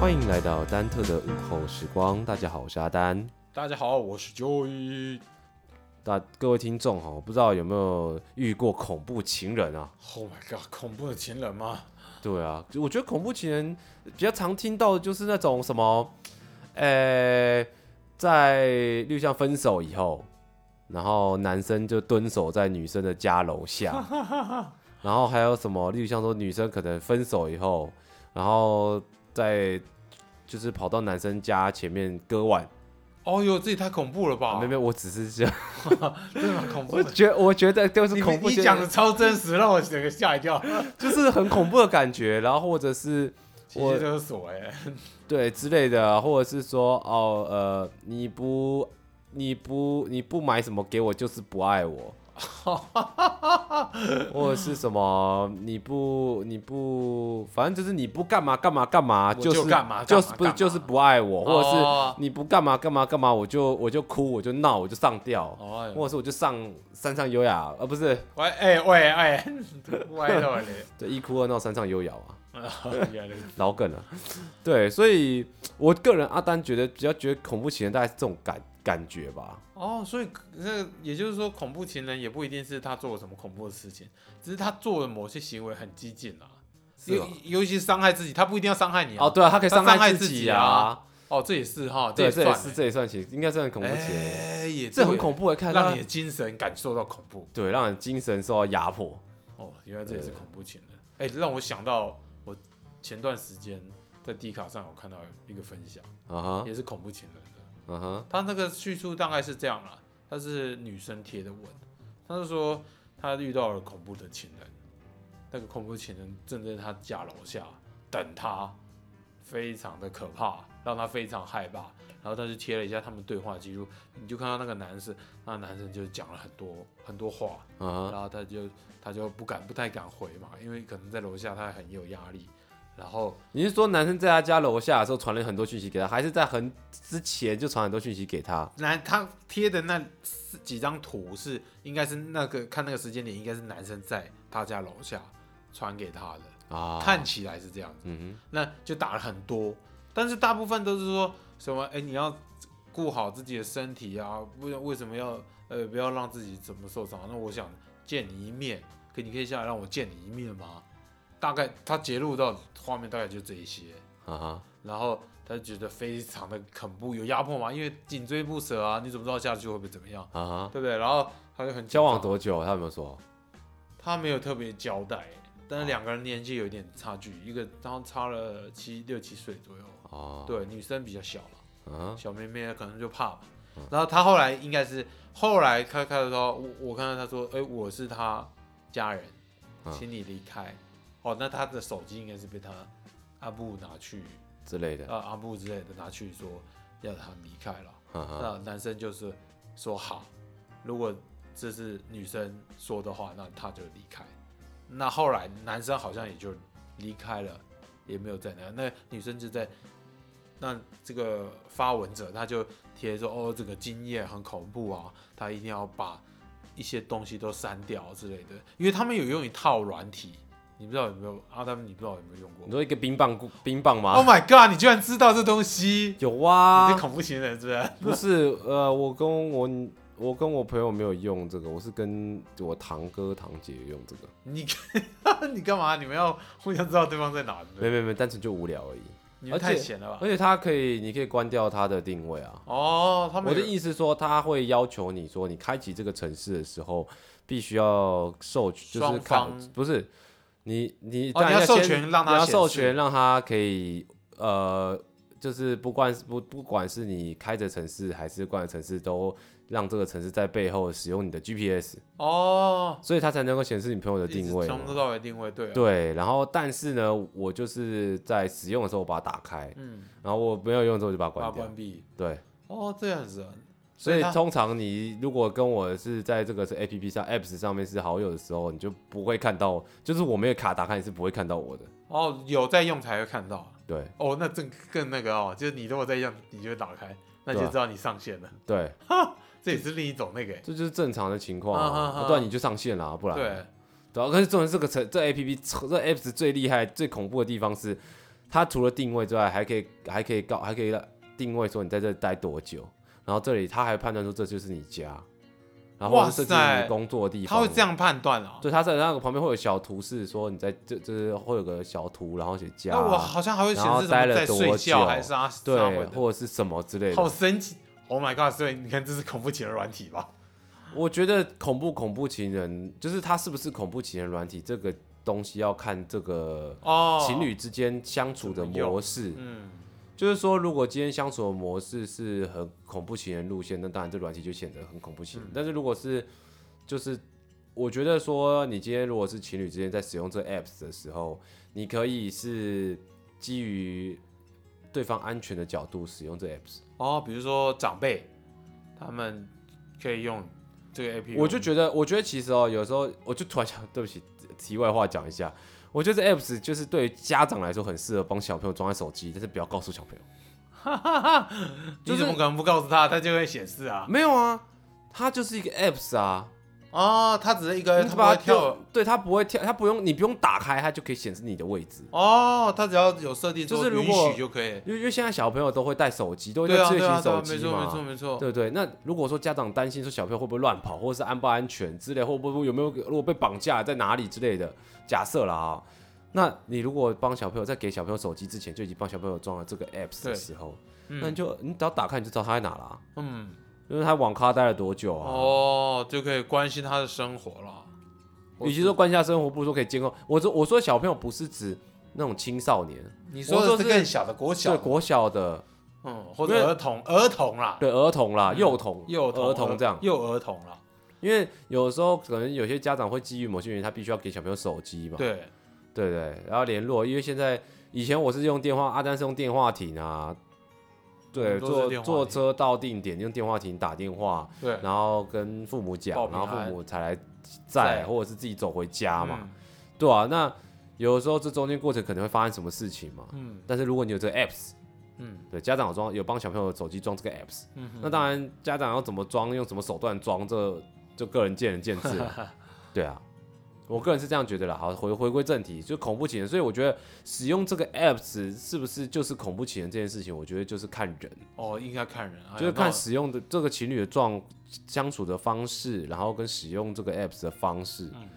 欢迎来到丹特的午后时光。大家好，我是阿丹。大家好，我是 Joy。大各位听众哦哈，不知道有没有遇过恐怖情人啊？ Oh my god，恐怖的情人吗？对啊，就我觉得恐怖情人比较常听到的就是那种什么，呃，在绿像分手以后，然后男生就蹲守在女生的家楼下，然后还有什么，例如像说女生可能分手以后，然后再就是跑到男生家前面割腕，啊哦哟，这也太恐怖了吧！没有没有，我只是这样，真的蛮恐怖我的。觉我觉得就你是恐怖你情人讲的超真实，让我整个吓一 跳，就是很恐怖的感觉，然后或者是。情我绪勒索哎、欸。对之类的，啊或者是说哦呃，你不你不你不买什么给我，就是不爱我，或者是什么你不你不，反正就是你不干嘛干嘛干嘛，我就是干嘛就是干嘛不干嘛就是不爱我，或者哦是你不干嘛干嘛干嘛，我就我就哭我就闹我就上吊， 哦或者是我就上山上优雅，呃不是喂哎喂哎， 歪到你，对一哭二闹山上优雅啊。原来老梗了。 对，所以我个人阿丹觉得比较觉得恐怖情人大概是这种感感觉吧。 哦，所以那也就是说，恐怖情人也不一定是他做了什么恐怖的事情，只是他做了某些行为很激进啊，是尤吧尤其是伤害自己，他不一定要伤害你啊。哦，对啊，他可以他伤伤害自自己啊啊。哦，这也是哈，对，也这也算欸是这也算情，应该算恐怖情人。哎，也这对很恐怖欸的，看让他你的精神感受到恐怖。对让你精神受到压迫。哦，原来这也是恐怖情人。哎、让我想到我前段时间在 D 卡上有看到一个分享，啊哈，也是恐怖情人的。啊哈，他那个叙述大概是这样啦，他是女生贴的文，他就说他遇到了恐怖的情人，那个恐怖情人正在他家楼下等他，非常的可怕，让他非常害怕。然后他就贴了一下他们对话记录，你就看到那个男生，那男生就讲了很多很多话，啊哈，然后他就他就不敢不太敢回嘛，因为可能在楼下他很有压力。然后你是说男生在他家楼下的时候传了很多讯息给他，还是在很之前就传很多讯息给他？男他贴的那四几张图是应该是那个看那个时间点应该是男生在他家楼下传给他的，啊，看，起来是这样子，嗯那就打了很多，但是大部分都是说什么哎你要顾好自己的身体啊，不然为什么要呃不要让自己怎么受伤？那我想见你一面，可你可以下来让我见你一面吗？大概他截录到画面大概就这一些，哼，啊哈，然后他就觉得非常的恐怖，有压迫嘛，因为紧追不舍啊，你怎么知道下去会不会怎么样，啊哈，对不对？然后他就很紧张交往，多久？他有没有说？他没有特别交代，但哦是两个人年纪有点差距，一个然后差了七六七岁左右，哦，对，女生比较小啊嘛，哈，小妹妹可能就怕嘛。然后他后来应该是后来他开始说，我我看到他说，哎，我是他家人，嗯请你离开。哦，那他的手机应该是被他阿布拿去之类的，呃阿布之类的拿去说要他离开了。啊哈，那男生就是说好，如果这是女生说的话，那他就离开。那后来男生好像也就离开了，也没有在那。那女生就在那这个发文者他就贴说哦，这个经验很恐怖啊，他一定要把一些东西都删掉之类的，因为他们有用一套软体，你不知道有没有阿丹？你不知道有没有用过你说一个冰棒冰棒吗？ ？Oh my god！你居然知道这东西？有啊，你是恐怖情人是不是？不是，呃，我跟我我跟我朋友没有用这个，我是跟我堂哥堂姐用这个，你 你干嘛？你们要互相知道对方在哪？对不没对啊没没，单纯就无聊而已。你们太闲了吧而？且它可以，你可以关掉它的定位啊。哦，他们我的有意思是说，它会要求你说，你开启这个城市的时候，必须要授，就是双看方不是你你当哦然你要授先权让它你要显授示权让它可以呃，就是不管不不管是你开着城市还是关着城市，都让这个城市在背后使用你的 GPS。哦，所以它才能够显示你朋友的一直定位嘛。从头到尾定位对啊，对，然后但是呢，我就是在使用的时候把它打开，嗯，然后我没有用的时候就把它把它关掉。关闭。对，哦，这样子啊，所以它通常你如果跟我是在这个是 A P P 上 Apps 上面是好友的时候，你就不会看到，就是我没有卡打开，你是不会看到我的。哦有在用才会看到。对哦，那更更那个哦，就是你如果在用，你就会打开，那就对啊知道你上线了。对，这也是另一种那个欸，这就是正常的情况啊啊啊，啊不然你就上线啦，不然。啊对，对啊，可是重点是这个城这 A P P 这 Apps 最厉害、最恐怖的地方是，它除了定位之外，还可以还可以告还可以定位说你在这里待多久，然后这里他还判断出这就是你家，然后哇或者这就是塞你工作的地他方。会这样判断啊、对，他在那个旁边会有小图示说你在这就是会有个小图，然后写家那，我好像还会显啊然后示什待么了在多睡觉久还是啥啥对鬼，的，或者是什么之类的。好神奇！Oh my god！所以你看，这是恐怖情人软体吧？我觉得恐怖恐怖情人就是他是不是恐怖情人软体这个东西要看这个哦，情侣之间相处的怎么用模式。嗯，就是说，如果今天相处的模式是很恐怖情人路线，那当然这软体就显得很恐怖情人。嗯但是如果是就是我觉得说，你今天如果是情侣之间在使用这个 apps 的时候，你可以是基于对方安全的角度使用这 apps。哦，比如说长辈，他们可以用这个 A P P，我就觉得，我觉得其实哦，有时候我就突然想，对不起，题外话讲一下，我觉得这 apps 就是对于家长来说很适合帮小朋友装在手机，但是不要告诉小朋友。 你就怎是么可能不告诉他，他就会显示啊？没有啊，它就是一个 apps 啊。哦，他只是一个，你他不把会它跳跳，，对，它不会跳，它不用，你不用打开，它就可以显示你的位置。哦，他只要有设定说就是如允果许就可以，因为因为现在小朋友都会带手机，都会对带啊智慧对啊型对啊手，机没错没错嘛，没错，对不对？那如果说家长担心说小朋友会不会乱跑，或者是安不安全之类，会不会有没有如果被绑架在哪里之类的，假设啦啊、那你如果帮小朋友在给小朋友手机之前就已经帮小朋友装了这个 apps 的对时候，那你嗯就你只要打开你就知道他在哪啦、嗯，因为他网咖待了多久啊？哦，就可以关心他的生活了。哦与其说关心他生活，不如说可以监控。我说我说小朋友不是指那种青少年，你我说说的是是更小的国小对的，国小的，嗯，或因为者儿童儿童啦，对儿童啦、嗯幼童、幼儿童这样，幼儿童啦，因为有时候可能有些家长会基于某些原因，他必须要给小朋友手机嘛，对，对对，然后联络，因为现在以前我是用电话，阿丹是用电话亭啊，对，嗯都是坐电话坐亭车到定点用电话亭打电话，对，然后跟父母讲报，平然后父安母才来载，载或者是自己走回家嘛，嗯，对啊，那有时候这中间过程可能会发生什么事情嘛，嗯但是如果你有这个 apps，嗯对，家长有装有帮小朋友手机装这个 apps。嗯哼，那当然，家长要怎么装，用什么手段装，这就个人见仁见智 了。对啊，我个人是这样觉得啦。好，回回归正题，就恐怖情人，所以我觉得使用这个 apps 是不是就是恐怖情人这件事情，我觉得就是看人，哦，应该看人，哎呀就是那看我使用的这个情侣的状相处的方式，然后跟使用这个 apps 的方式。嗯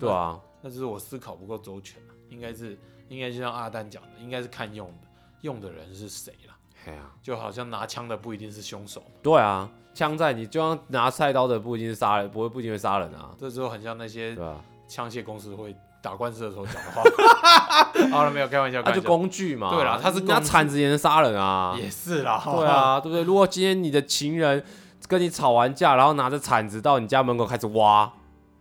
对啊，那就是我思考不够周全了，啊应该是应该就像阿丹讲的，应该是看用的用的人是谁啦，哎呀，就好像拿枪的不一定是凶手，对啊，枪在你就像拿菜刀的不一定是杀人，不会不一定会杀人啊，这就很像那对啊些吧、枪械公司会打官司的时候讲的话。 好了，没有开玩笑，它开就玩笑，工具嘛，对啦它是你拿工具铲子也能杀人啊，也是啦，对，啊，对不对？如果今天你的情人跟你吵完架，然后拿着铲子到你家门口开始挖，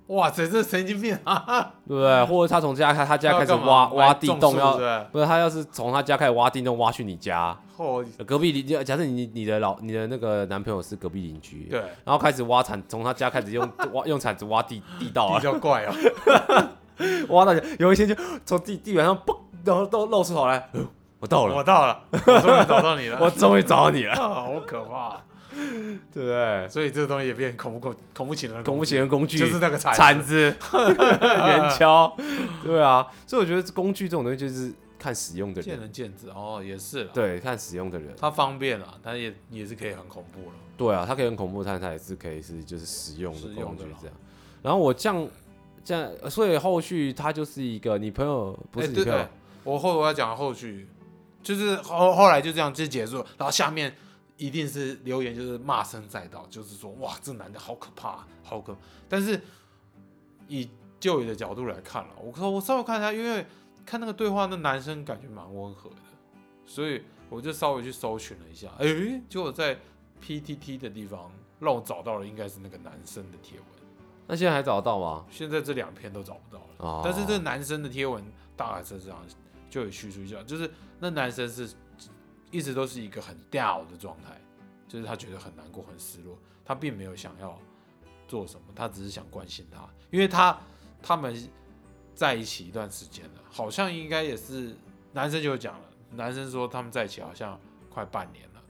哇塞，这神经病啊！对不对？或者他从家开他他家开要始干嘛挖挖来地种洞树要是不，是不是他要是从他家开始挖地洞挖去你家，哦，隔壁邻假设你你的老你的那个男朋友是隔壁邻居，对，然后开始挖铲，从他家开始用 挖用铲子挖地地道比啊，较怪哦。挖到有一天就从地地板上嘣，然后都露出头来， 呃我到了，我到了，我终于找到你了，我终于找到你 了，啊，好可怕！对不对？所以这个东西也变恐怖恐恐怖情人的恐怖工具情人工具就是那个铲铲子，子、 圆锹，对啊，所以我觉得工具这种东西就是看使用的见人，仁见智哦，也是啦。对，看使用的人，它方便啦，但也也是可以很恐怖了。对啊，它可以很恐怖，但它也是可以是就是实用的实工用具的啦这样。然后我这样这样，呃所以后续它就是一个你朋友不是哎你对朋友，对，我后我要讲后续，就是后后来就这样就结束了，然后下面一定是留言就是骂声载道，就是说哇这男的好可怕，好可。但是以舅爷的角度来看了，我说我稍微看一下，因为看那个对话，那男生感觉蛮温和的，所以我就稍微去搜寻了一下，哎，结果在 PTT 的地方让我找到了，应该是那个男生的贴文。那现在还找得到吗？现在这两篇都找不到了。哦，但是这男生的贴文大概是这样，就有叙述一下，就是那男生是一直都是一个很 down 的状态，就是他觉得很难过、很失落，他并没有想要做什么，他只是想关心他，因为他他们在一起一段时间了，好像应该也是男生就有讲了，男生说他们在一起好像快半年了，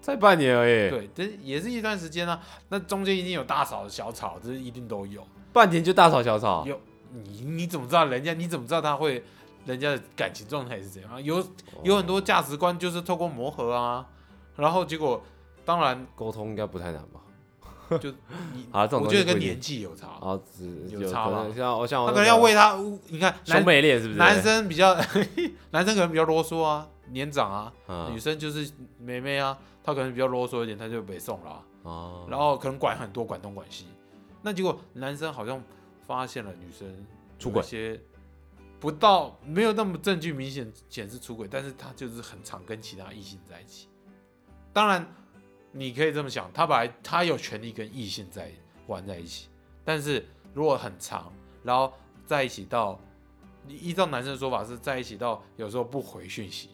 才半年而已，对，但是也是一段时间啊，那中间一定有大吵小吵，这一定都有。半年就大吵小吵，有你你怎么知道人家？你怎么知道他会人家的感情状态是怎样啊，有哦有很多价值观就是透过磨合啊，然后结果当然沟通应该不太难吧？就你， 啊，这种我东觉西得跟不一定年纪有差，啊，只有有差可吧能像我像他我可那能要个为他，你看兄男妹恋是不是？男生比较， 男生可能比较啰嗦啊，年长啊，嗯女生就是妹妹啊，她可能比较啰嗦一点，她就被送了啊、哦，然后可能管很多，管东管西。那结果男生好像发现了女生出轨有一些不到没有那么证据明显显示出轨，但是他就是很常跟其他异性在一起。当然，你可以这么想，他本来他有权利跟异性在玩在一起，但是如果很长，然后在一起到，你依照男生的说法是在一起到有时候不回讯息，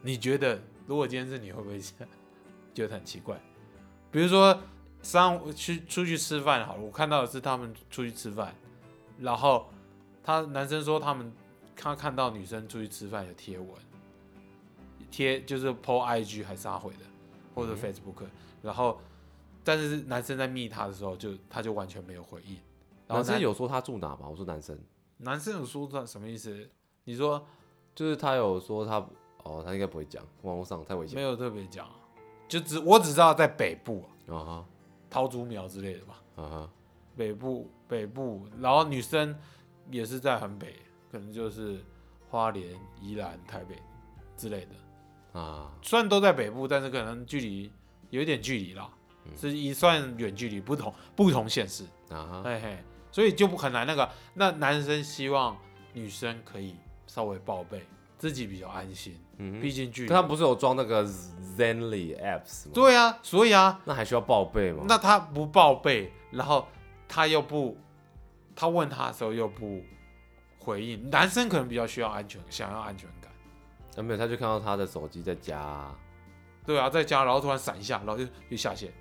你觉得如果今天是你会不会觉得很奇怪？ 比如说三去出去吃饭好了，我看到的是他们出去吃饭，然后他男生说他们他看到女生出去吃饭有贴文，贴就是 PO IG 还是他回的，或者嗯 Facebook，、然后但是男生在密他的时候就他就完全没有回应，然男后男生有说他住哪吗？我说男生，男生有说他什么意思？你说就是他有说他哦，他应该不会讲，网络上太危没险有特别讲啊，就只我只知道在北部啊啊桃竹苗之类的吧，哈啊哈，北部北部，然后女生也是在很北，可能就是花莲、宜兰、台北之类的，啊，虽然都在北部，但是可能距离有一点距离啦，嗯是一算远距离，不同不同县市，啊哈，嘿嘿，所以就不很难那个。那男生希望女生可以稍微报备，自己比较安心，嗯哼，毕竟距离可他不是有装那个 Zenly apps 吗？对啊，所以啊，那还需要报备吗？那他不报备，然后他又不，他问他的时候又不回应，男生可能比较需要安全，想要安全感。啊没有，他就看到他的手机在家啊，对啊，在家然后突然闪一下，然后又又下线，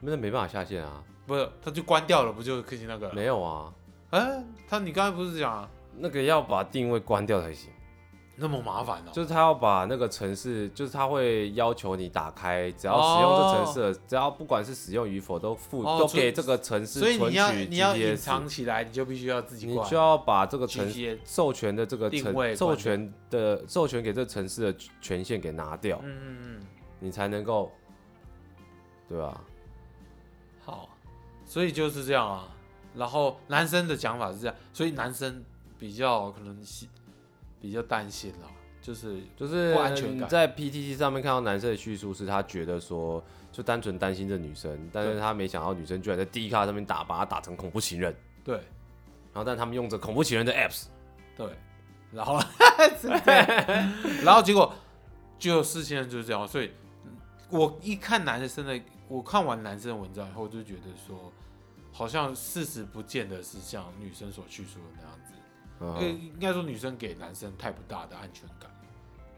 那没办法下线啊，不是他就关掉了，不就可以那个了？没有啊，哎、他你刚才不是讲、啊、那个要把定位关掉才哦行。那么麻烦哦、就是他要把那个城市，就是他会要求你打开，只要使用这城市的只要不管是使用与否，都付、哦都所以给这个城市所以存你要取你要隐 GPS，藏起来，你就必须要自己你关就要把这个城 GPS。授权的这个定城位授权的授权给这城市的权限给拿掉嗯，嗯嗯，你才能够，对吧、好，所以就是这样啊。然后男生的讲法是这样，所以男生比较可能是比较担心啦，就是就是不安全感在 PTT 上面看到男生的叙述是他觉得说，就单纯担心这女生，但是对他没想到女生居然在 D 卡上面打，把他打成恐怖情人，对然后但他们用着恐怖情人的 Apps。对，然后 是这样 然后结果就事情就是这样，所以我一看男生的，我看完男生的文章以后，就觉得说，好像事实不见得是像女生所叙述的那样子，嗯呃，应该说女生给男生太不大的安全感，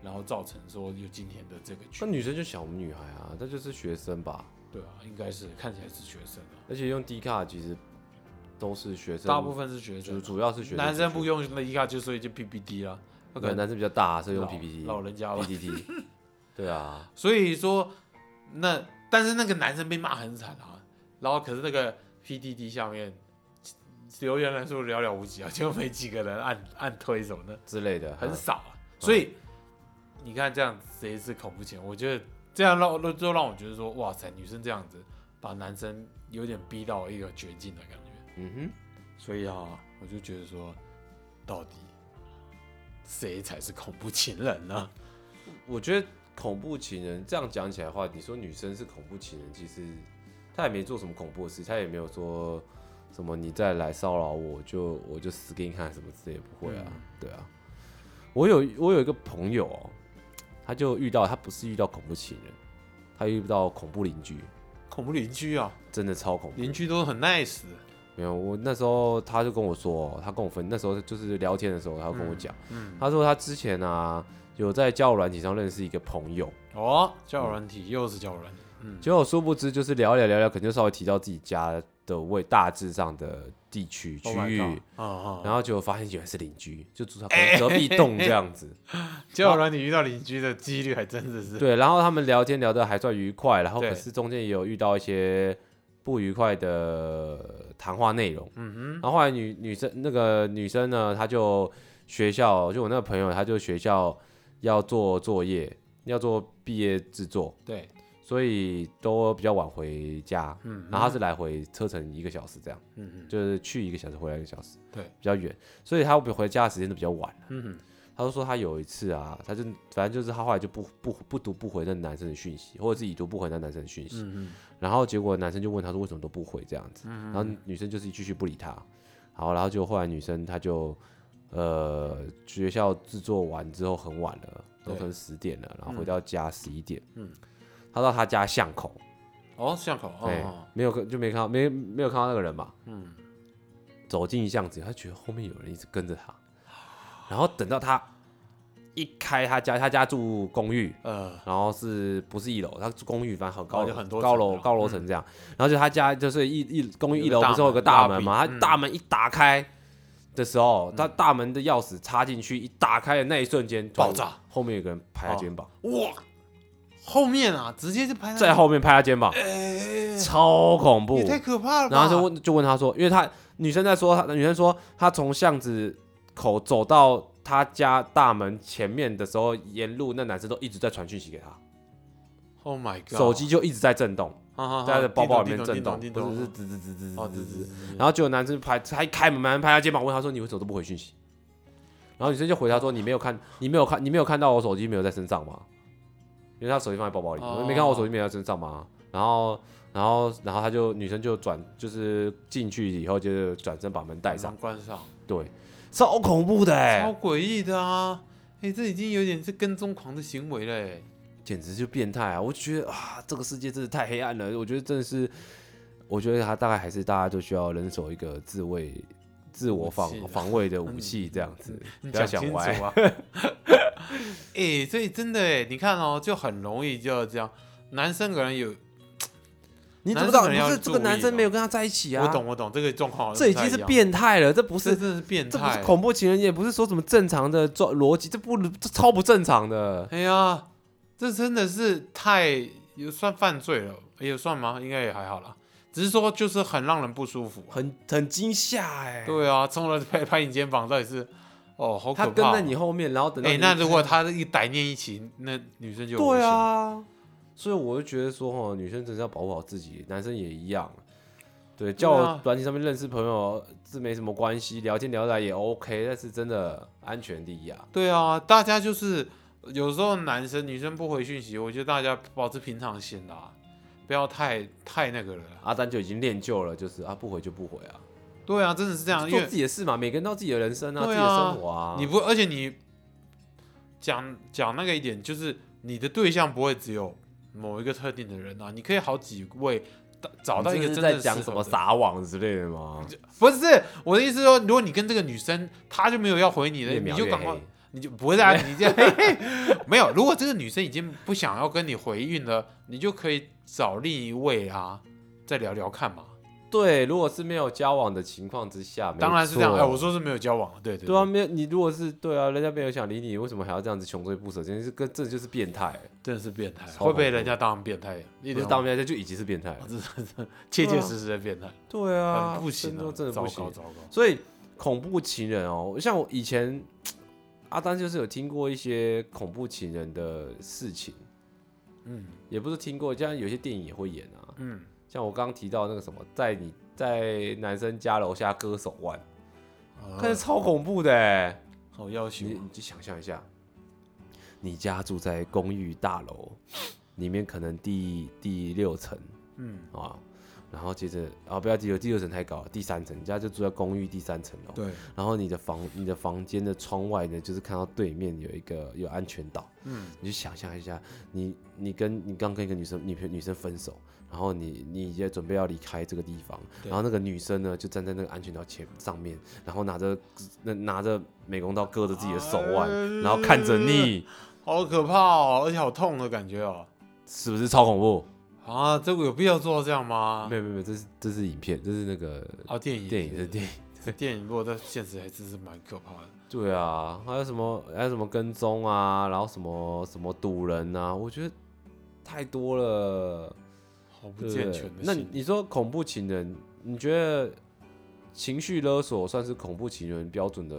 然后造成说有今天的这个局那，女生就小我们女孩啊，她就是学生吧，对啊，应该是看起来是学生啊，而且用 D 卡其实都是学生，大部分是学主生啊，主要是学生。男生不，用那一下就所以就 PPT 啦，啊那对，可能男生比较大，所以用老 PPT、老人家吧。 PPT。对啊，所以说，那但是那个男生被骂很惨啊，然后可是那个 PDD 下面留言人数寥寥无几啊，就没几个人按按推什么的，之类的，很嗯少啊。所以、你看这样谁是恐怖情人？我觉得这样让让就让我觉得说，哇塞，女生这样子把男生有点逼到一个绝境的感觉。嗯所以啊，我就觉得说，到底谁才是恐怖情人 呢？哼，我觉得恐怖情人这样讲起来的话，你说女生是恐怖情人，其实她也没做什么恐怖的事，她也没有说什么你再来骚扰我我就我就死给你看什么之类的，不会啊，嗯对啊。我有我有一个朋友哦，他就遇到他不是遇到恐怖情人，他遇到恐怖邻居，恐怖邻居啊，真的超恐怖。邻居都很 nice 的。没有，我那时候他就跟我说，他跟我分那时候就是聊天的时候，他就跟我讲，嗯，他说他之前啊有在交友软体上认识一个朋友，哦，交友软体又是交友软体，嗯，结果殊不知就是聊一聊聊一聊，可能就稍微提到自己家的位大致上的地区嗯区 Oh my 域。 God，啊啊，然后结果发现原来是邻居，就住他隔哎隔壁栋这样 子。交友软体遇到邻居的几率还真的是，对，然后他们聊天聊得还算愉快，然后对可是中间也有遇到一些不愉快的谈话内容。嗯然后后来女女生那个女生呢，她就学校，就我那个朋友，他就学校要做作业，要做毕业制作，对，所以都比较晚回家。嗯然后他是来回车程一个小时这样，嗯嗯就是去一个小时，回来一个小时，对比较远，所以他回家的时间都比较晚。啊嗯嗯，他就说他有一次啊，他就反正就是他后来就不不不读不回那男生的讯息，或者是已读不回那男生的讯息。嗯嗯然后结果男生就问他说为什么都不回这样子，然后女生就是继续不理他，好，然后就后来女生她就呃学校制作完之后很晚了，都对可能十点了，然后回嗯到家十一点，嗯她到她家巷口，哦，巷口哎、哦，没有看就没看到没没有看到那个人嘛，嗯，走进巷子，她觉得后面有人一直跟着她，然后等到她一开她家，她家住公寓，呃，然后是不是一楼？他住公寓，反正很高哦楼，就很多高层嗯楼了高楼层这样。然后就他家就是一一公寓有一个楼大不是有门个大拉门比嘛？他嗯大门一打开的时候，他大门的钥匙插进去，一打开的那一瞬间爆炸，后面有个人拍他肩膀，哇，后面啊，直接就拍到在，后面拍他肩膀，哎，超恐怖也。太可怕了吧，然后就问就问他说，因为他女生在说，女生说她从巷子口走到他家大门前面的时候，沿路那男生都一直在传讯息给他， ，Oh my God，手机就一直在震动。在他的包包里面震震动，哦叮不是咚，是吱吱吱吱哦，吱吱对对吱。对，然后就有男生拍，他一开门，男生拍他肩膀，问他说：“你为什么都不回讯息？”然后女生就回他说：“你没有看，你没有看，你没有看到我手机没有在身上吗？因为他手机放在包包里，哦我说没看到我手机没有在身上吗？”然后，然后，然后他就女生就转，就是进去以后就是转身把门带上，嗯关上，对，超恐怖的哎、超诡异的啊！哎、这已经有点是跟踪狂的行为了、欸，简直就变态啊！我就觉得啊，这个世界真的太黑暗了。我觉得真的是，我觉得他大概还是大家就需要人手一个自卫、自我防武器啊防卫的武器这样子，你不要讲想清楚歪。啊！ 哎、所以真的哎、你看哦，就很容易就这样。男生可能有，你怎么知道？男生可能要不是这个男注意生哦没有跟他在一起啊？我懂，我懂这个状况，这已经是，变态了，这不不是是，真的是变这不态是。恐怖情人，也不是说什么正常的逻逻辑，这不这超不正常的。哎呀，这真的是太也算犯罪了，也算吗？应该也还好啦，只是说就是很让人不舒服、啊。很很惊吓哎、对啊，冲了拍拍你肩膀，到底是哦，好可怕他哦、跟在你后面，然后等到哎、你那如果他一歹念一起，那女生就有危对险，啊，所以我就觉得说，哈，女生真是要保护好自己，男生也一样。对，叫对我啊短信上面认识朋友是没什么关系，聊天聊得来也 OK，但是真的安全第一啊。对啊，大家就是有时候男生女生不回讯息，我觉得大家保持平常心啦，不要太太那个了。阿啊丹就已经练就了，就是啊，不回就不回啊，对啊，真的是这样，因做为自己的事嘛，每个人都有自己的人生啊，自对己啊的生活啊。你不，而且你讲讲那个一点，就是你的对象不会只有某一个特定的人啊，你可以好几位。找到一你个这真是在的讲适什合么的撒网之类的吗？不是我的意思是说，如果你跟这个女生，她就没有要回你了，越你描就越赶快黑，。你就不是啊，你这样没有。如果这个女生已经不想要跟你回应了，你就可以找另一位啊，再聊聊看嘛。对，如果是没有交往的情况之下，没当然是这样。错哎、我说是没有交往，对对对啊，没有你如果是对啊，人家没有想理你，为什么还要这样子穷追不舍？真是跟这就是变态、真的是变态，超会被恐怖人家当成变态，一不点是当面这就已经是变态了。我真的是切切实实的变态，对很不行、啊，真的糟不糕行。糟糕。所以恐怖情人哦，像我以前阿丹就是有听过一些恐怖情人的事情，嗯也不是听过，像有些电影也会演啊。嗯，像我刚刚提到那个什么，在你在男生家楼下割手腕，看着呃超恐怖的欸。好要求啊你你就想象一下，你家住在公寓大楼里面，可能第第六层，嗯啊，然后接着啊，不要记得第六层太高了，第三层，你家就住在公寓第三层楼，对，然后你的房你的房间的窗外呢，就是看到对面有一个有安全岛，嗯你就想象一下，你你跟你刚跟一个女生女朋友女生分手，然后你你也准备要离开这个地方，对然后那个女生呢就站在那个安全岛前上面，然后拿着那拿着美工刀割着自己的手腕，啊然后看着你，哎好可怕哦，而且好痛的感觉哦。是不是超恐怖？啊，这个有必要做到这样吗没？有没有没有，这是这是影片，这是那个啊，电影电影的是不是电影。 电影如果在现实还真是蛮可怕的。对啊，还有什么还有什么跟踪啊，然后什么什么堵人啊，我觉得太多了，好不对不健对全的那心你理。你说恐怖情人，你觉得情绪勒索算是恐怖情人标准的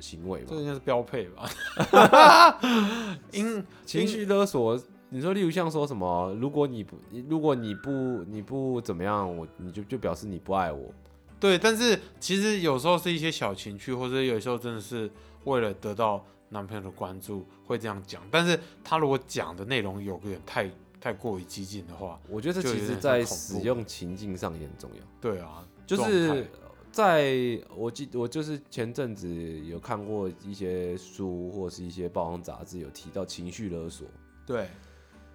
行为这嘛。应该是标配吧？ 因情绪勒索，你说例如像说什么，如果你不，如果你不，你不怎么样，我你就就表示你不爱我。对，但是其实有时候是一些小情绪，或者有时候真的是为了得到男朋友的关注会这样讲。但是他如果讲的内容有点太太过于激进的话，我觉得这就有其实点在很恐使怖用情境上也很重要。对啊，就状是态在我记，我就是前阵子有看过一些书或是一些报章杂志有提到情绪勒索，对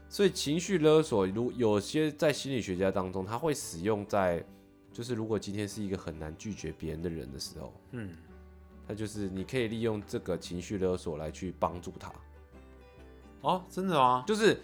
所以情绪勒索如有些在心理学家当中，他会使用在就是如果今天是一个很难拒绝别人的人的时候，嗯，他就是你可以利用这个情绪勒索来去帮助他，哦，真的吗？就是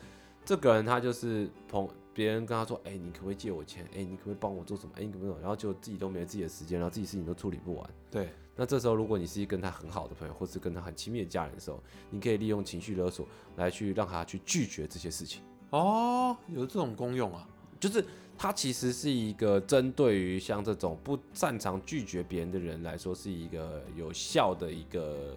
这个人他就是朋别人跟他说，哎、你可不可以借我钱？哎、你可不可以帮我做什么？哎、你可不可以？然后就自己都没有自己的时间，然后自己事情都处理不完。对，那这时候，如果你是跟他很好的朋友，或是跟他很亲密的家人的时候，你可以利用情绪勒索来去让他去拒绝这些事情。哦，有这种功用啊，就是它其实是一个针对于像这种不擅长拒绝别人的人来说，是一个有效的一个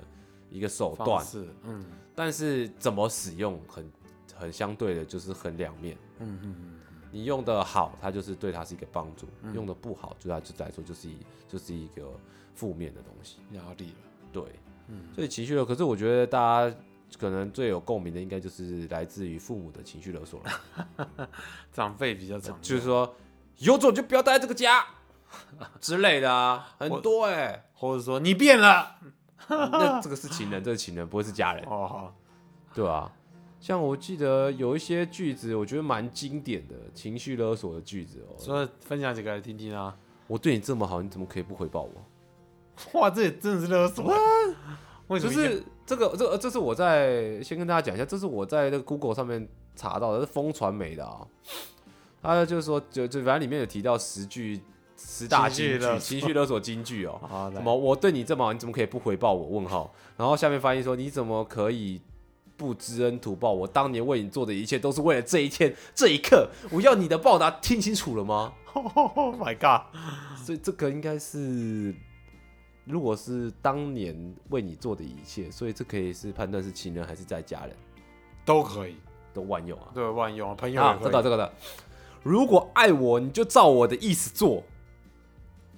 一个手方段。式，嗯但是怎么使用很，很相对的，就是很两面。嗯嗯嗯，你用的好，它就是对它是一个帮助；嗯用的不好，对它就来说就是一就是一个负面的东西。了解了，对，嗯所以情绪勒，可是我觉得大家可能最有共鸣的，应该就是来自于父母的情绪勒索 了，长辈比较常呃就是用，说有种就不要待在这个家 之类的啊，很我多 哎、或者说你变了，那这个是情人，这是情人，不会是家人，哦，好对啊。像我记得有一些句子，我觉得蛮经典的情绪勒索的句子哦。所以分享几个来听听啊。我对你这么好，你怎么可以不回报我？哇，这也真的是勒索欸，为什就么一定是这个，这个这是我在先跟大家讲一下，这是我在那个 Google 上面查到的，是风传媒的啊、他就是说，就就反正里面有提到十句十大情绪金勒句，索情绪勒索金句 哦、好什啊来么我对你这么好，你怎么可以不回报我？问号。然后下面翻译说，你怎么可以不知恩图报？我当年为你做的一切都是为了这一天这一刻，我要你的报答，听清楚了吗？ ？Oh my god！所以这个应该是，如果是当年为你做的一切，所以这可以是判断是情人还是在家人都可以，都万用啊。对，万用啊，朋友啊也，这可个以。这个的，如果爱我，你就照我的意思做。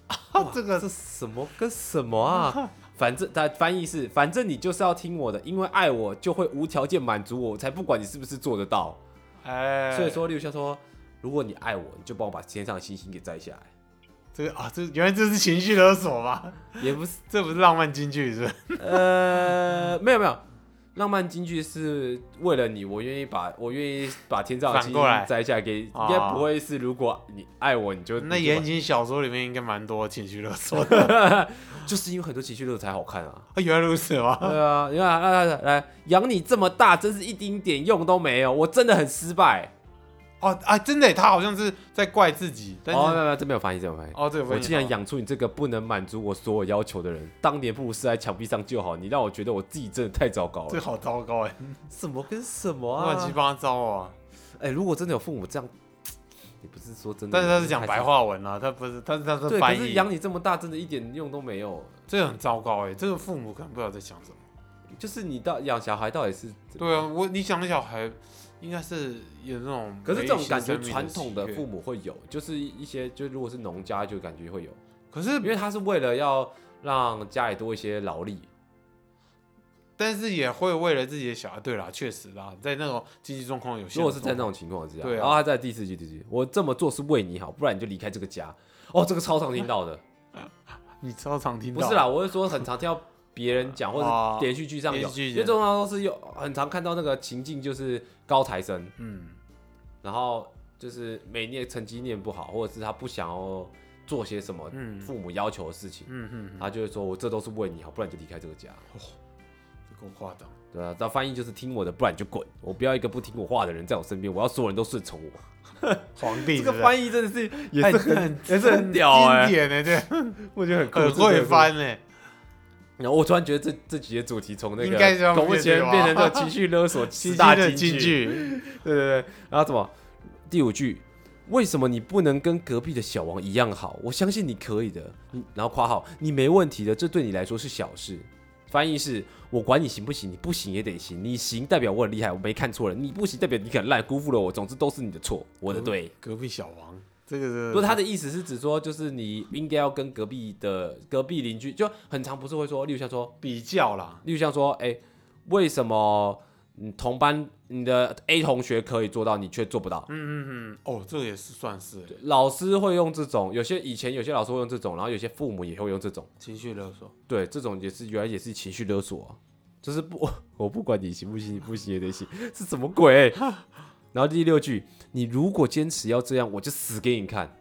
啊，这个这什么跟什么啊？ 反正它翻译是，反正你就是要听我的，因为爱我就会无条件满足我，我才不管你是不是做得到。哎，所以说，例如像说，如果你爱我，你就帮我把天上的星星给摘下来，这个啊，这原来这是情绪勒索吗？也不是这不是浪漫金句是不是？呃，没有没有，浪漫京剧是为了你，我愿意把我愿意把天上的星反过来星摘下来给，应哦该不会是如果你爱我，你就那你就言把情小说里面应该蛮多情绪勒索的 就是因为很多情绪勒索才好看啊。啊，原来如此吗？对啊，你看，来来来，养你这么大，真是一丁点用都没有，我真的很失败。哦啊，真的耶，他好像是在怪自己，但哦，没是有没有，这没有翻译，这没有翻译。哦，这个我分竟然养出你这个不能满足我所有要求的人，当年不如是在墙壁上就好。你让我觉得我自己真的太糟糕这了个，好糟糕哎，什么跟什么啊乱七？八糟啊！哎、如果真的有父母这样，你不是说真的？但是他是讲白话。话文啊，他不是，但是他是对，翻可是译，养你这么大，真的一点用都没有。这个很糟糕哎，这个父母可能不知道在想什么。就是你到养小孩到底是，对啊，我你想小孩应该是有那种，可是这种感觉传统的父，母会有，就是一些就如果是农家就感觉会有，可是因为他是为了要让家里多一些劳力。但是也会为了自己的小孩。对啦，确实啦，在那种经济状况有限如果的时是候，在那种情况之下，对啊然后他在第四句第四句，我这么做是为你好，不然你就离开这个家。哦，这个超常听到的，你超常听不到，啊是啦，，我是说很常听到别人讲，或哦者连续剧上有，连续剧因为通常都是有很常看到那个情境，就是高材生，嗯，然后就是每念成绩念不好，或者是他不想要做些什么嗯父母要求的事情，嗯嗯，他就会说：“我这都是为你好，不然你就离开这个家。这够夸张。”对啊，那翻译就是听我的，不然你就滚！我不要一个不听我话的人在我身边，我要所有人都顺从我。皇帝这个翻译真的是也也是很很也是很屌哎经典哎，对， 我觉得很很会。翻哎，然后我突然觉得这这几节主题从那应该是个要 恐怖变情人这个变吧成了情绪勒 索七十七大的金金句。句，对对对，然后怎么？第五句，为什么你不能跟隔壁的小王嗯一样好？我相信你可以的。你然后括号，你没问题的，这对你来说是小事。翻译是我管你行不行，你不行也得行，你行代表我很厉害，我没看错人；你不行代表你很烂，辜负了我，总之都是你的错，我的对。隔壁小王，这个是不过他的意思是指说，就是你应该要跟隔壁的隔壁邻居，就很常不是会说，例如像说，比较啦，例如像说，哎、为什么你同班你的 A 同学可以做到，你却做不到？嗯嗯嗯，哦，这个也是算是欸老师会用这种，有些以前有些老师会用这种，然后有些父母也会用这种。情绪勒索，对，这种也是原来也是情绪勒索、啊，就是不 我不管你行不行，你不行也得 行，是什么鬼、 然后第六句，你如果坚持要这样，我就死给你看。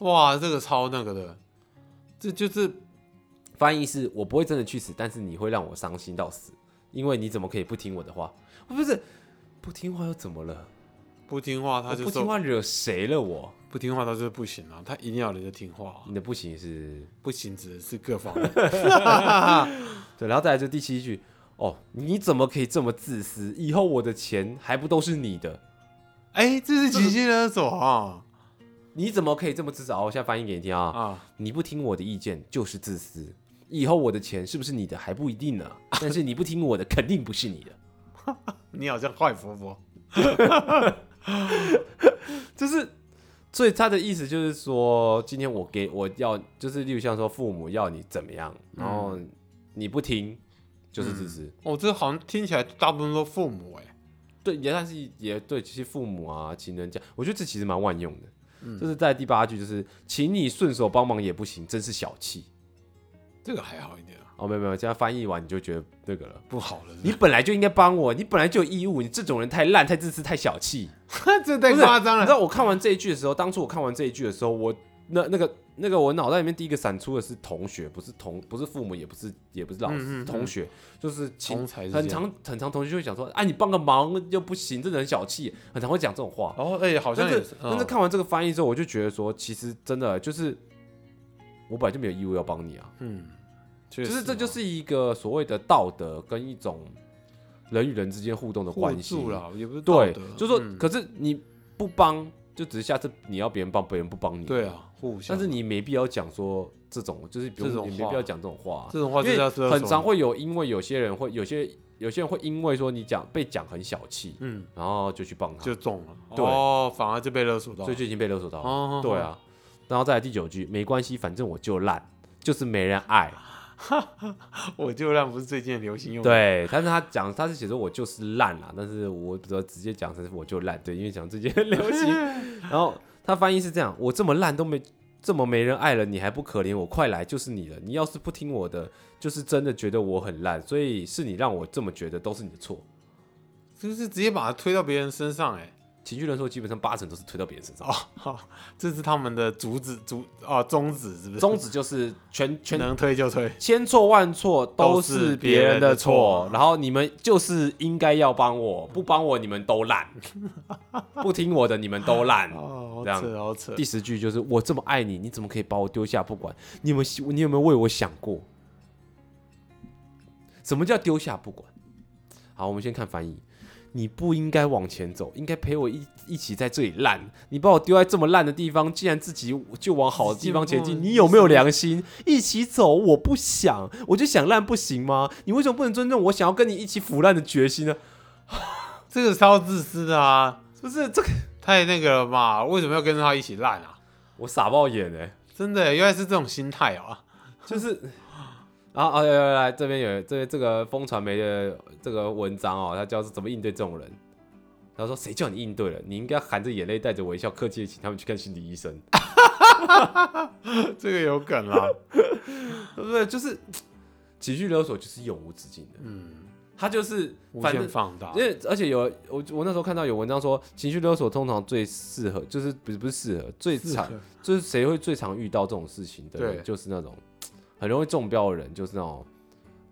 哇，这个超那个的，这就是翻译是我不会真的去死，但是你会让我伤心到死，因为你怎么可以不听我的话？不是不听话又怎么了？不听话，他我就哦不听说话惹谁了我？不听话，他就是不行啊，他一定要人家听话啊、你的不行是不行指的是各方面， 对，然后再来就第七句，哦，你怎么可以这么自私？以后我的钱还不都是你的？哎、这是情绪勒索啊你怎么可以这么自私？哦，我现在翻译给你听啊。啊，你不听我的意见就是自私。以后我的钱是不是你的还不一定呢，但是你不听我的肯定不是你的。你好像坏婆婆，就是，所以他的意思就是说，今天我给我要，就是例如像说父母要你怎么样，然后你不听就是自私。哦，这好像听起来大部分都父母哎、对，也但是也对，其实父母啊、情人家，我觉得这其实蛮万用的。嗯就是在第八句，就是请你顺手帮忙也不行，真是小气。这个还好一点啊，哦，没有没有，这样翻译完你就觉得那个了。不好了， 你本来就应该帮我，你本来就有义务。你这种人太烂、太自私、太小气。这太不是夸张你了知。道我看完这一句的时候，当初我看完这一句的时候，我那那个那个我脑袋里面第一个闪出的是同学，不是同不是父母，也不是也不是老师，嗯嗯嗯同学就是亲同才之间很常很常同学就会讲说，哎、你帮个忙又不行，真的很小气，很常会讲这种话。哦，哎、好像但也是是，但是看完这个翻译之后，我就觉得说，其实真的就是我本来就没有义务要帮你啊，嗯，就就是这就是一个所谓的道德跟一种人与人之间互动的关系了，也不是道对德，就是说，嗯可是你不帮，就只是下次你要别人帮，别人不帮你。对，啊，互相。但是你没必要讲说这种，就是不用这种话你没必要讲这种话啊，这种话因就为叫勒索很常会有，因为有些人会，有些有些人会因为说你讲被讲很小气，嗯，然后就去帮他，就中了，对哦，反而就被勒索到了，所以就已经被勒索到了。哦，对啊，然后再来第九句，没关系，反正我就烂，就是没人爱。 我就让不是最近的流行用语，对，但是他讲他是写说我就是烂啦，但是我只要直接讲成我就烂，对，因为讲最近很流行。 然后他翻译是这样：我这么烂都没这么没人爱了，你还不可怜我？快来，就是你了！你要是不听我的，就是真的觉得我很烂，所以是你让我这么觉得，都是你的错。就是直接把它推到别人身上，哎，情绪勒索基本上八成都是推到别人身上，哦，好，这是他们的主旨主啊宗旨是不是？宗 旨就是全全能推就推，千错万错都都是是别别人人的的错错，然后你们就是应该要帮我，不帮我你们都 烂，不听我的你们都烂。 哦，这样好扯好扯第，十句就是我这么爱你，你怎么可以把我丢下不管？你有没有希你有没有为我想过？什么叫丢下不管？好，我们先看翻译。你不应该往前走，应该陪我一一起在这里烂。你把我丢在这么烂的地方，既然自己就往好的地方前进，自己不你有没有良心？一起走，我不想，我就想烂，不行吗？你为什么不能尊重我想要跟你一起腐烂的决心呢？这个超自私的啊，是不是这个 太那个了嘛，为什么要跟着他一起烂啊？我傻爆眼哎、真的欸耶，原来是这种心态啊， 就是，然后啊，来来来，这边有这边这个风传媒的这个文章哦，他教是怎么应对这种人。他说：“谁叫你应对了？你应该含着眼泪，带着微笑，客气的请他们去看心理医生， 这个有梗 啦，对不对？就是情绪勒索，就是永无止境的。嗯，他就是无反正限放大因，为而且有我我那时候看到有文章说，情绪勒索通常最适合，就是不是不是适合最常是就是谁会最常遇到这种事情的人，对就是那种很容易中标的人，就是那种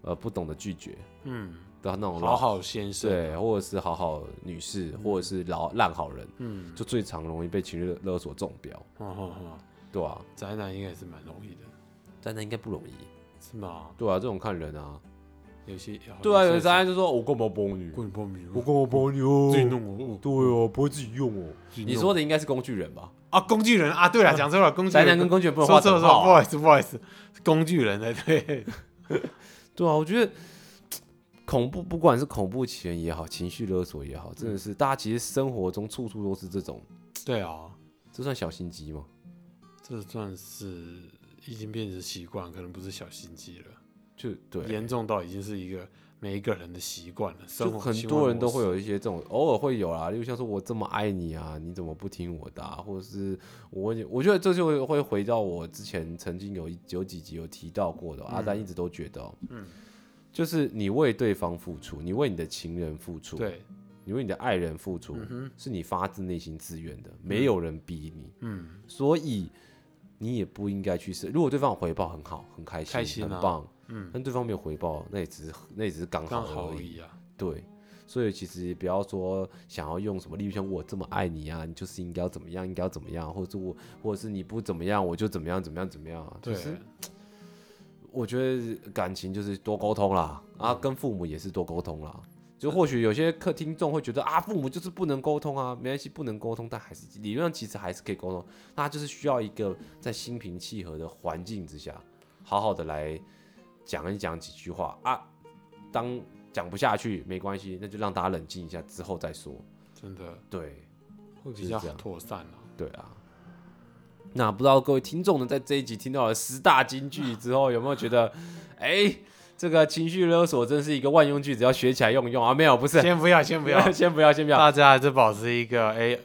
呃不懂得拒绝，嗯，然后那种老好好先生，对，或者是好好女士，或者是老烂好人，嗯，就最常容易被情绪勒索中标，哦哦哦，对啊，宅男应该也是蛮容易的，宅男应该不容易，是吗？对啊，这种看人啊，有些对啊，有的宅男就说我干嘛帮你，棍棒米，我干嘛帮你哦自己弄我，对哦，不会自己用哦，你说的应该是工具人吧？啊，工具人啊，对了，讲错了，工具宅人男跟工具人不能啊画说错等了，说错了不号啊，哎好意思，不好意思，是工具人才对，对啊，我觉得恐怖，不管是恐怖起源也好，情绪勒索也好，真的是大家其实生活中处处都是这种，对啊，这算小心机吗？这算是已经变成习惯，可能不是小心机了。就对，严重到已经是一个每一个人的习惯了，生就活很习惯多人都会模式有一些这种，偶尔会有啊啦，例如像说我这么爱你啊，你怎么不听我的、啊？或者是我，我觉得这就会会回到我之前曾经有一有几集有提到过的哦，阿丹一直都觉得、嗯嗯，就是你为对方付出，你为你的情人付出，，对，你为你的爱人付出，嗯哼，是你发自内心自愿的，没有人逼你，嗯所以你也不应该去试。如果对方有回报，很好，很开心，开心啊很棒。嗯，但对方没有回报，那也只是那也只是刚刚好好而而已。已啊，对，所以其实也不要说想要用什么，例如像我这么爱你啊，你就是应该要怎么样，应该要怎么样，或者是我，或者是你不怎么样，我就怎么样，怎么样，怎么样啊。对就，是我觉得感情就是多沟通啦，啊，跟父母也是多沟通啦。就或许有些客听众会觉得啊，父母就是不能沟通啊，没关系，不能沟通，但还是理论上其实还是可以沟通，那就是需要一个在心平气和的环境之下，好好的来讲一讲几句话啊。当讲不下去没关系，那就让大家冷静一下之后再说。真的对，会是比较这样妥善啊。对啊。那不知道各位听众呢，在这一集听到了十大金句之后，有没有觉得， 哎、这个情绪勒索真是一个万用句，只要学起来用一用啊？没有，不是，，先不要，先不要 先不要，先不要。大家还是保持一个哎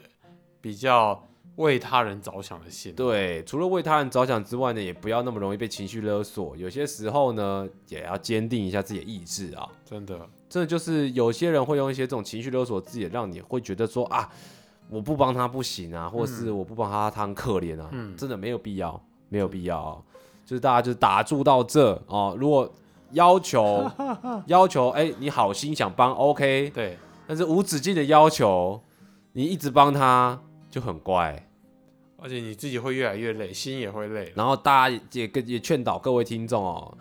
比较为他人着想的心。对，除了为他人着想之外呢，也不要那么容易被情绪勒索。有些时候呢，也要坚定一下自己的意志啊。真的，真的就是有些人会用一些这种情绪勒索字眼，让你会觉得说啊，我不帮他不行啊，或是我不帮他他很可怜啊，嗯真的没有必要，没有必要、啊。就是大家就打住到这哦，如果要求要求，哎、你好心想帮，OK，对，但是无止境的要求，你一直帮他就很怪。而且你自己会越来越累，心也会累了。然后大家也也也劝导各位听众哦，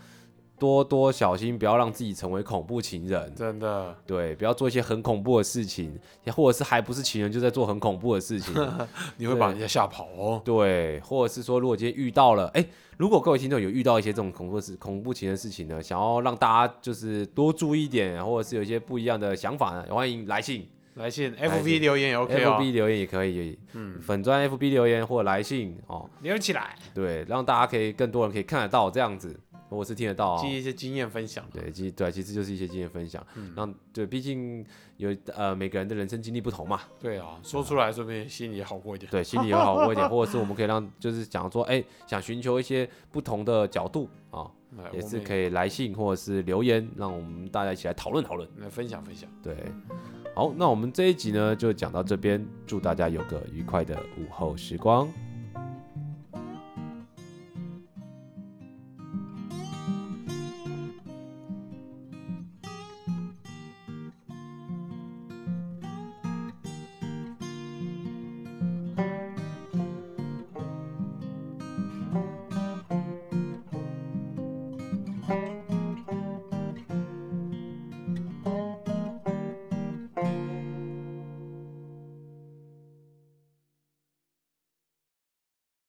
多多小心，不要让自己成为恐怖情人。真的，对，不要做一些很恐怖的事情，或者是还不是情人就在做很恐怖的事情。 你会把人家吓跑哦。对，或者是说，如果今天遇到了，哎，如果各位听众有遇到一些这种恐怖的事、恐怖情人的事情呢，想要让大家就是多注意一点，或者是有一些不一样的想法呢，欢迎来信、来信来 FV 信留言也 OK 哦 f，b 留言也可以，嗯，粉砖 FB 留言或来信哦，留起来，对，让大家可以更多人可以看得到这样子，或者是听得到、哦，记一些经验分享。对，其对，其实就是一些经验分享。嗯让对，毕竟有呃每个人的人生经历不同嘛，对啊，说出来说不定心里也好过一点。对，心里有好过一点，或者是我们可以让就是想说，哎、想寻求一些不同的角度啊，来也哎我是们可以来信或者是留言，让我们大家一起来讨论讨论。来分享分享。对，好，那我们这一集呢就讲到这边，祝大家有个愉快的午后时光，